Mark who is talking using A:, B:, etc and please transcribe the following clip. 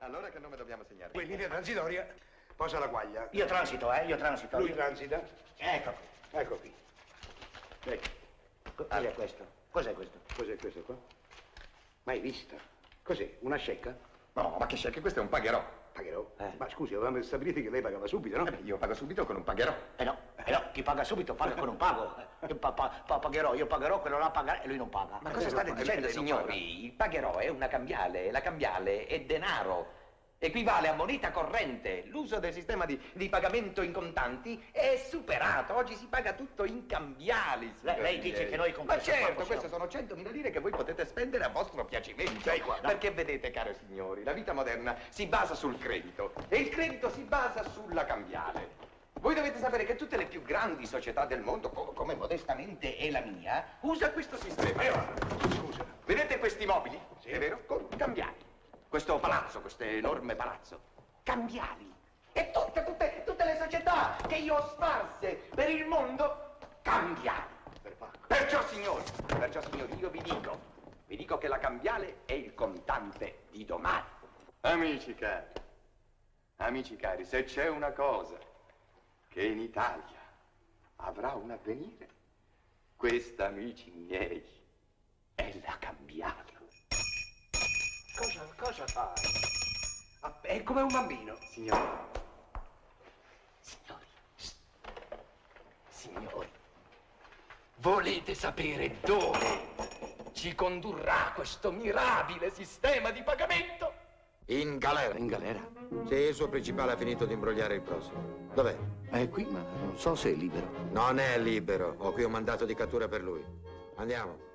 A: Allora che nome dobbiamo segnare?
B: Poi in linea transitoria, posa la guaglia.
C: Io transito, eh, io transito.
B: Lui
C: Io-
B: transita,
C: Ecco qui.
B: ecco qui. ah,
C: Ecco. Co- Cos'è questo? Cos'è questo?
B: Cos'è questo qua? Mai vista. Cos'è? Una scecca?
A: No, ma che c'è che questo è un pagherò.
B: Pagherò?
C: Eh.
B: Ma scusi, avevamo stabilito che lei pagava subito, no?
A: Eh beh, Io pago subito con un pagherò.
C: Eh no, eh no, chi paga subito paga con un pago. Io pa- pa- pa- pagherò, io pagherò, quello là pagherà e lui non paga.
D: Ma
B: Eh,
D: cosa
B: lei
D: state
B: non fa-
D: dicendo,
B: lei non
D: signori? Il pagherò è una cambiale, la cambiale è denaro. Equivale a moneta corrente. L'uso del sistema di, di pagamento in contanti è superato. Oggi si paga tutto in cambiali.
C: Lei,
D: signori
C: lei dice
D: miei.
C: che noi con
D: Ma
C: questo qua
D: certo,
C: possiamo-
D: queste sono 100.000 lire che voi potete spendere a vostro piacimento.
C: Sei qua, no?
D: Perché vedete, caro signori, la vita moderna si basa sul credito e il credito si basa sulla cambiale. Voi dovete sapere che tutte le più grandi società del mondo, co- come modestamente è la mia, usa questo sistema.
A: Eh,
B: Scusa.
D: Vedete questi mobili? È vero? Con cambiali. Questo palazzo, questo enorme palazzo. Cambiali. E tutte, tutte, tutte le società che io ho sparse per il mondo, cambiali.
B: Perbacco.
D: Perciò signori, perciò signori, io vi dico, vi dico che la cambiale è il contante di domani.
A: Amici cari, amici cari, se c'è una cosa che in Italia avrà un avvenire, questa, amici miei, è la cambiale.
B: Cosa, cosa fai? Ah, È come un bambino.
A: Signori, signori, sst, signori,
D: Volete sapere dove ci condurrà questo mirabile sistema di pagamento?
E: In galera.
F: In galera?
E: Se il suo principale ha finito di imbrogliare il prossimo. Dov'è?
F: È qui, ma Eh, non so se è libero.
E: Oh, Non è libero. Ho qui un mandato di cattura per lui. Andiamo.